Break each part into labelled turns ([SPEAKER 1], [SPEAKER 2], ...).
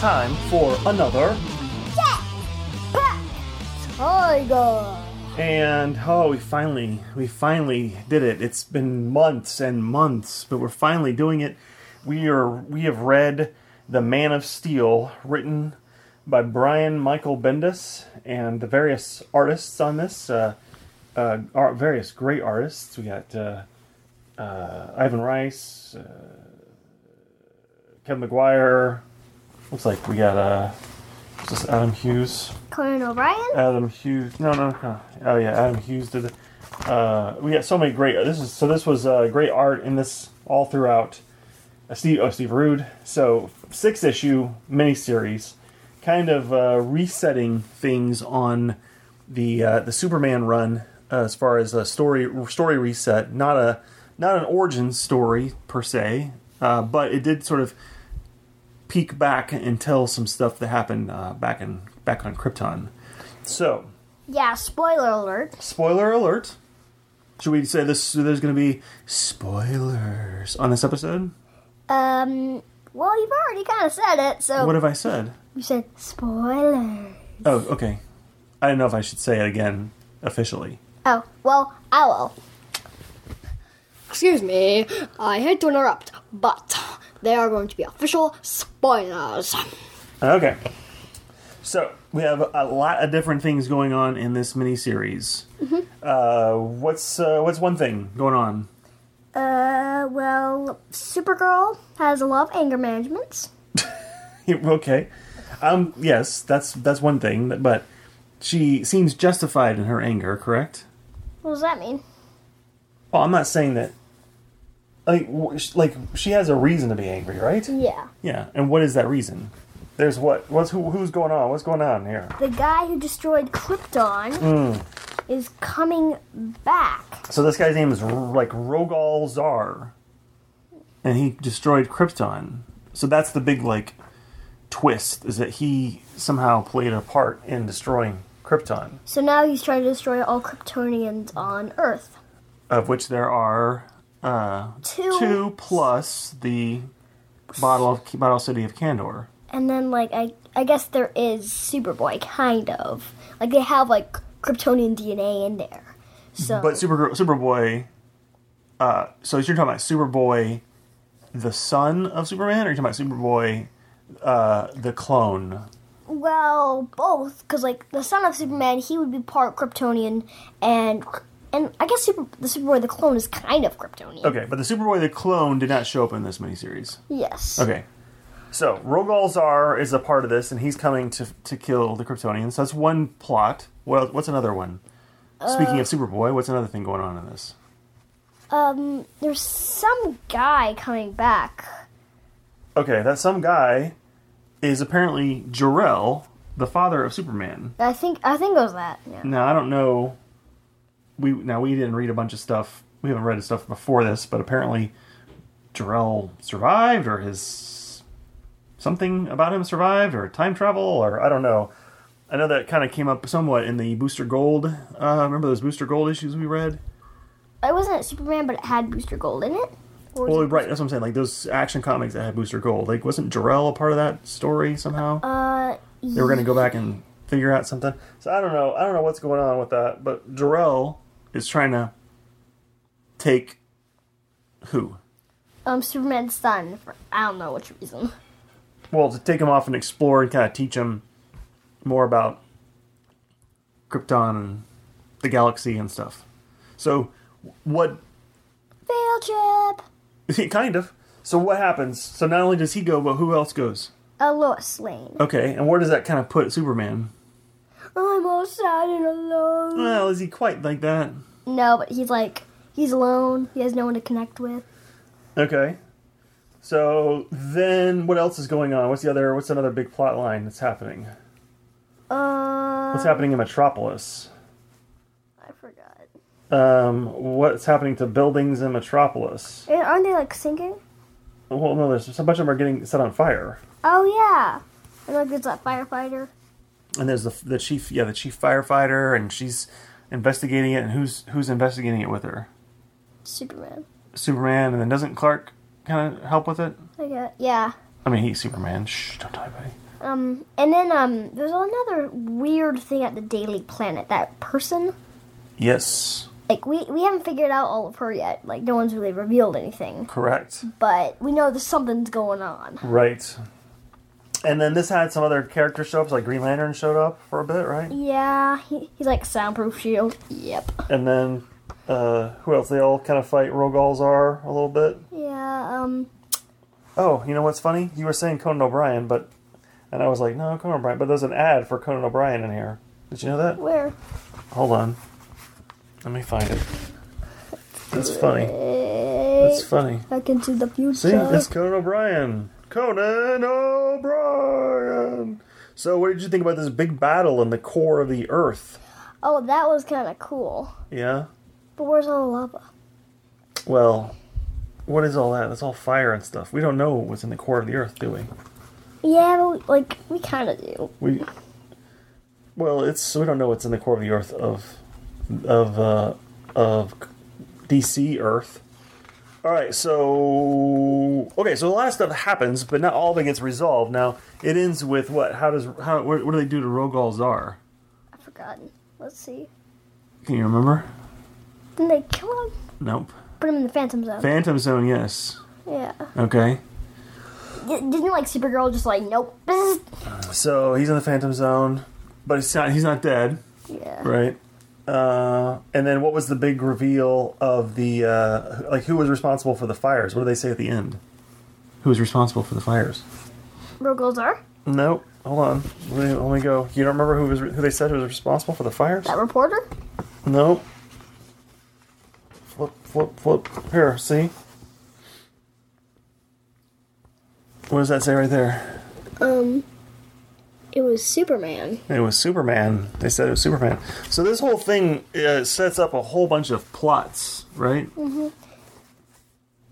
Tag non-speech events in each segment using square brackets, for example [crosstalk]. [SPEAKER 1] time for another.
[SPEAKER 2] Jet Pack Tiger.
[SPEAKER 1] And oh, we finally, we finally did it. It's been months and months, but we're finally doing it. We are, we have read The Man of Steel, written by Brian Michael Bendis and the various artists on this. Uh, uh, ar- various great artists. We got uh, uh, Ivan Rice, uh, Kevin McGuire. Looks like we got uh, is this Adam Hughes.
[SPEAKER 2] Conan O'Brien.
[SPEAKER 1] Adam Hughes. No, no, no. Oh yeah, Adam Hughes did. it. Uh, we got so many great. This is so. This was uh, great art in this all throughout. Uh, Steve. Oh, Steve Rude. So six issue miniseries, kind of uh, resetting things on the uh, the Superman run uh, as far as a story story reset. Not a not an origin story per se, uh, but it did sort of peek back and tell some stuff that happened uh, back in back on Krypton. So,
[SPEAKER 2] yeah, spoiler alert.
[SPEAKER 1] spoiler alert. Should we say this? There's going to be spoilers on this episode.
[SPEAKER 2] Um, well, you've already kind of said it, so
[SPEAKER 1] What have I said?
[SPEAKER 2] you said spoiler.
[SPEAKER 1] Oh, okay. I don't know if I should say it again officially.
[SPEAKER 2] Oh, well, I will.
[SPEAKER 3] Excuse me, I hate to interrupt, but they are going to be official spoilers.
[SPEAKER 1] Okay. So we have a lot of different things going on in this miniseries. Uh, what's uh, what's one thing going on? [laughs]
[SPEAKER 2] Uh, well, Supergirl has a lot of anger management.
[SPEAKER 1] okay. Um, yes, that's that's one thing, but she seems justified in her anger, correct?
[SPEAKER 2] What does that mean?
[SPEAKER 1] Well, I'm not saying that. Like, w- sh- like she has a reason to be angry, right?
[SPEAKER 2] Yeah.
[SPEAKER 1] Yeah. And what is that reason? There's what? What's who, who's going on? What's going on here?
[SPEAKER 2] The guy who destroyed Krypton is coming back.
[SPEAKER 1] So this guy's name is R- like Rogal Zar, and he destroyed Krypton. So that's the big like twist is that he somehow played a part in destroying Krypton,
[SPEAKER 2] So now he's trying to destroy all Kryptonians on Earth.
[SPEAKER 1] of which there are uh,
[SPEAKER 2] Two.
[SPEAKER 1] two plus the bottle of bottle city of Candor.
[SPEAKER 2] And then, like, I, I guess there is Superboy, kind of. Like, they have, like, Kryptonian DNA in there. So,
[SPEAKER 1] But Supergirl, Superboy. Uh, so you're talking about Superboy, the son of Superman, or you're talking about Superboy, uh, the clone?
[SPEAKER 2] well, both, because, like, the son of Superman, he would be part Kryptonian, and. And I guess Super, the Superboy the clone is kind of Kryptonian.
[SPEAKER 1] Okay, but the Superboy, the clone, did not show up in this miniseries.
[SPEAKER 2] Yes.
[SPEAKER 1] Okay, so Rogal Zar is a part of this, and he's coming to to kill the Kryptonians. That's one plot. Well, what's another one? Speaking of Superboy, what's another thing going on in this?
[SPEAKER 2] Um, there's some guy coming back.
[SPEAKER 1] Okay, that some guy is apparently Jor-El, the father of Superman.
[SPEAKER 2] I think I think it was that. Yeah.
[SPEAKER 1] Now I don't know. We now we didn't read a bunch of stuff. We haven't read stuff before this, but apparently Jarrell survived, or his something about him survived, or time travel, or I don't know. I know that kind of came up somewhat in the Booster Gold. Uh, remember those Booster Gold issues we read?
[SPEAKER 2] It wasn't Superman, but it had Booster Gold in it. Or was
[SPEAKER 1] Well,
[SPEAKER 2] it-
[SPEAKER 1] right. That's what I'm saying. Like those action comics that had Booster Gold. Like wasn't Jarrell a part of that story somehow?
[SPEAKER 2] uh,
[SPEAKER 1] they were going to go back and figure out something. So I don't know. I don't know what's going on with that. But Jarrell is trying to take who?
[SPEAKER 2] um, Superman's son. For, I don't know which reason.
[SPEAKER 1] Well, to take him off and explore and kind of teach him more about Krypton and the galaxy and stuff. So what? [laughs]
[SPEAKER 2] Fail chip.
[SPEAKER 1] Kind of. So what happens? So not only does he go, but who else goes?
[SPEAKER 2] Uh, Lois Lane.
[SPEAKER 1] Okay, and where does that kind of put Superman?
[SPEAKER 2] I'm all sad and alone.
[SPEAKER 1] Well, is he quite like that?
[SPEAKER 2] No, but he's like he's alone. He has no one to connect with.
[SPEAKER 1] Okay. So then, what else is going on? What's the other? What's another big plot line that's happening?
[SPEAKER 2] Uh,
[SPEAKER 1] What's happening in Metropolis?
[SPEAKER 2] I forgot.
[SPEAKER 1] Um, what's happening to buildings in Metropolis?
[SPEAKER 2] Eh, Aren't they like sinking?
[SPEAKER 1] Well, no, there's a bunch of them are getting set on fire,
[SPEAKER 2] Oh yeah. And like there's that firefighter.
[SPEAKER 1] and there's the, the chief, yeah, the chief firefighter, and she's investigating it, and who's who's investigating it with her?
[SPEAKER 2] Superman.
[SPEAKER 1] Superman, and then doesn't Clark kind of help with it?
[SPEAKER 2] I got yeah.
[SPEAKER 1] I mean, he's Superman. Shh, don't tell anybody.
[SPEAKER 2] Um, and then um, there's another weird thing at the Daily Planet. That person,
[SPEAKER 1] Yes,
[SPEAKER 2] like we we haven't figured out all of her yet. Like no one's really revealed anything,
[SPEAKER 1] correct.
[SPEAKER 2] but we know there's something's going on.
[SPEAKER 1] Right. And then this had some other characters show up, like Green Lantern showed up for a bit, right?
[SPEAKER 2] Yeah, he, he's like soundproof shield.
[SPEAKER 3] Yep.
[SPEAKER 1] And then uh, who else? They all kind of fight Rogalzar a little bit.
[SPEAKER 2] Yeah. Um.
[SPEAKER 1] Oh, you know what's funny? You were saying Conan O'Brien, but and I was like, no, Conan O'Brien. But there's an ad for Conan O'Brien in here. Did you know that?
[SPEAKER 2] Where?
[SPEAKER 1] Hold on. Let me find it. That's funny. That's
[SPEAKER 2] That's
[SPEAKER 1] funny.
[SPEAKER 2] Back into the future.
[SPEAKER 1] See, it's Conan O'Brien. Conan O'Brien. So, what did you think about this big battle in the core of the Earth?
[SPEAKER 2] oh, that was kind of cool.
[SPEAKER 1] Yeah.
[SPEAKER 2] But where's all the lava?
[SPEAKER 1] Well, what is all that? That's all fire and stuff. We don't know what's in the core of the Earth, do we?
[SPEAKER 2] Yeah, but we, like we kind of do.
[SPEAKER 1] We. Well, it's we don't know what's in the core of the Earth of, of uh, of DC Earth. All right, so okay, so a lot of stuff happens, but not all of it gets resolved. Now it ends with what? How does how what, what do they do to Rogal Zar?
[SPEAKER 2] I've forgotten. Let's see.
[SPEAKER 1] Can you remember?
[SPEAKER 2] Didn't they kill him?
[SPEAKER 1] Nope.
[SPEAKER 2] Put him in the Phantom Zone.
[SPEAKER 1] Phantom Zone, yes.
[SPEAKER 2] yeah.
[SPEAKER 1] Okay.
[SPEAKER 2] D- didn't like Supergirl just like nope. [laughs]
[SPEAKER 1] So he's in the Phantom Zone, but he's not he's not dead.
[SPEAKER 2] yeah.
[SPEAKER 1] Right. Uh, and then what was the big reveal of the uh, like who was responsible for the fires? What do they say at the end? Who was responsible for the fires?
[SPEAKER 2] Rogelzar,
[SPEAKER 1] Nope. Hold on. Let me, let me go. You don't remember who was who they said was responsible for the fires?
[SPEAKER 2] that reporter.
[SPEAKER 1] Nope. Flip, flip, flip. Here, see. What does that say right there?
[SPEAKER 3] Um, it was Superman.
[SPEAKER 1] It was Superman. They said it was Superman. So this whole thing uh, sets up a whole bunch of plots, right? Mm-hmm.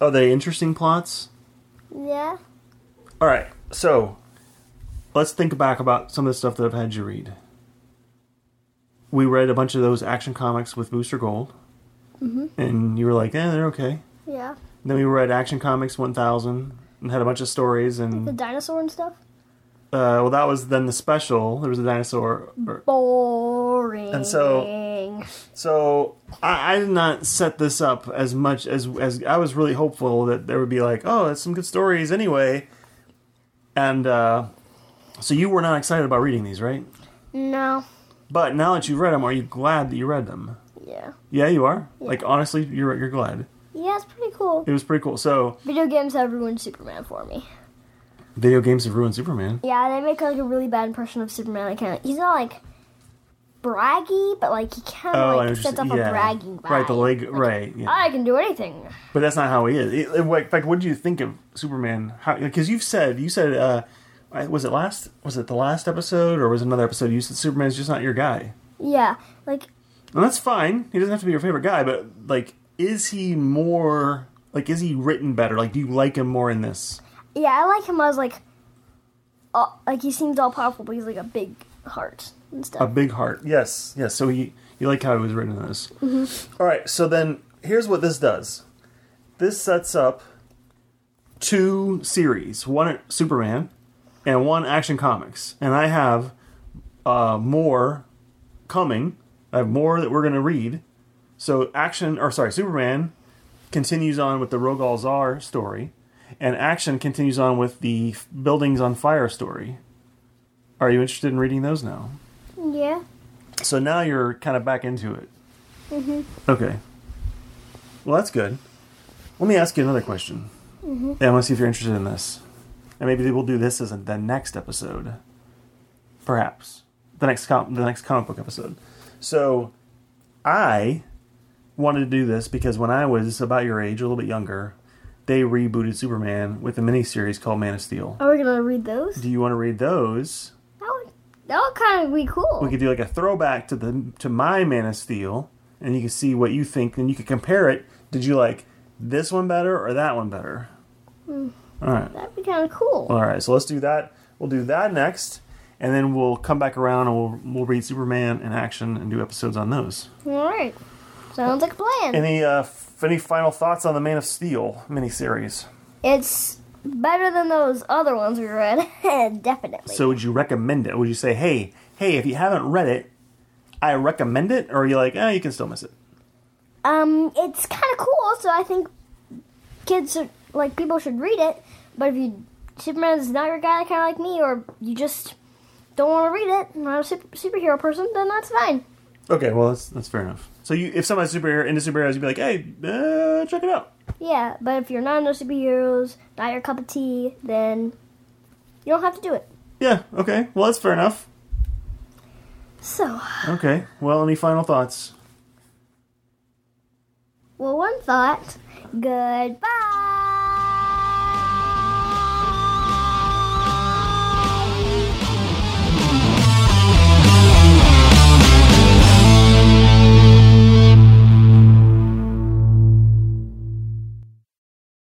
[SPEAKER 1] Are they interesting plots?
[SPEAKER 2] Yeah.
[SPEAKER 1] All right. So let's think back about some of the stuff that I've had you read. We read a bunch of those action comics with Booster Gold, mm-hmm. and you were like, "Eh, they're okay."
[SPEAKER 2] Yeah.
[SPEAKER 1] Then we read Action Comics 1000 and had a bunch of stories, and
[SPEAKER 2] The
[SPEAKER 1] uh,
[SPEAKER 2] dinosaur and stuff.
[SPEAKER 1] well, that was then the special. There was a dinosaur. or-
[SPEAKER 2] Boring.
[SPEAKER 1] And so- So I, I did not set this up as much as as I was really hopeful that there would be like, oh, that's some good stories anyway. And uh, so you were not excited about reading these, right?
[SPEAKER 2] No.
[SPEAKER 1] But now that you've read them, are you glad that you read them?
[SPEAKER 2] Yeah.
[SPEAKER 1] Yeah, you are. Like honestly, you're you're glad.
[SPEAKER 2] Yeah, it's pretty cool.
[SPEAKER 1] It was pretty cool. So
[SPEAKER 2] Video games have ruined Superman for me.
[SPEAKER 1] video games have ruined Superman.
[SPEAKER 2] Yeah, they make like a really bad impression of Superman. Like, kinda, he's not like braggy, but like he kind of
[SPEAKER 1] Oh, I
[SPEAKER 2] like
[SPEAKER 1] understand.
[SPEAKER 2] sets up a bragging vibe.
[SPEAKER 1] Right, the leg. Right. Yeah.
[SPEAKER 2] I can do anything.
[SPEAKER 1] But that's not how he is. It- in fact, what do you think of Superman? Because you've said you said uh, I- was it last was it the last episode or was it another episode? You said Superman's just not your guy,
[SPEAKER 2] Yeah, like
[SPEAKER 1] and that's fine. He doesn't have to be your favorite guy, but like, is he more like is he written better? Like, do you like him more in this?
[SPEAKER 2] yeah, I like him as like, uh, like he seems all powerful, but he's like a big heart and
[SPEAKER 1] A
[SPEAKER 2] stuff.
[SPEAKER 1] big heart. Yes, yes. So you you like how he was written in this. All right. So then here's what this does. This sets up two series: one Superman and one Action Comics. And I have uh, more coming. I have more that we're going to read. So Action, or sorry, Superman continues on with the Rogal Zar story, and Action continues on with the Buildings on Fire story. Are you interested in reading those now? Um,
[SPEAKER 2] yeah,
[SPEAKER 1] So now you're kind of back into it. Mm-hmm. Okay. Well, that's good. Let me ask you another question. Mm-hmm. I want to see if you're interested in this. And maybe we'll do this as the next episode. Perhaps. The next, com- the next comic book episode. So I wanted to do this because when I was about your age, a little bit younger, they rebooted Superman with a miniseries called Man of Steel.
[SPEAKER 2] are we gonna read those? That
[SPEAKER 1] Do you want to read those?
[SPEAKER 2] would that would kind of be cool.
[SPEAKER 1] we could do like a throwback to the to my Man of Steel, and you can see what you think, and you could compare it. Did you like this one better or that one better? All right,
[SPEAKER 2] That'd be kind of cool.
[SPEAKER 1] all right. So let's do that. We'll do that next, and then we'll come back around and we'll we'll read Superman in action and do episodes on those.
[SPEAKER 2] all right, sounds like a plan.
[SPEAKER 1] Any uh, f- any final thoughts on the Man of Steel miniseries?
[SPEAKER 2] it's Better than those other ones we read, [laughs] definitely.
[SPEAKER 1] So would you recommend it? Would you say, hey, hey, if you haven't read it, I recommend it? Or are you like, eh, you can still miss it?
[SPEAKER 2] um, it's kind of cool, so I think kids should, like people should read it. But if you Superman's not your guy, kind of like me, or you just don't want to read it, not a super, superhero person, then that's fine.
[SPEAKER 1] Okay, well, that's, that's fair enough. So you, if somebody's super into superheroes, you'd be like, hey, uh, check it out.
[SPEAKER 2] Yeah, but if you're not into superheroes, not your cup of tea, then you don't have to do it.
[SPEAKER 1] Yeah, okay. Well, that's fair enough.
[SPEAKER 2] So,
[SPEAKER 1] Okay. Well, any final thoughts?
[SPEAKER 2] well, one thought. Goodbye.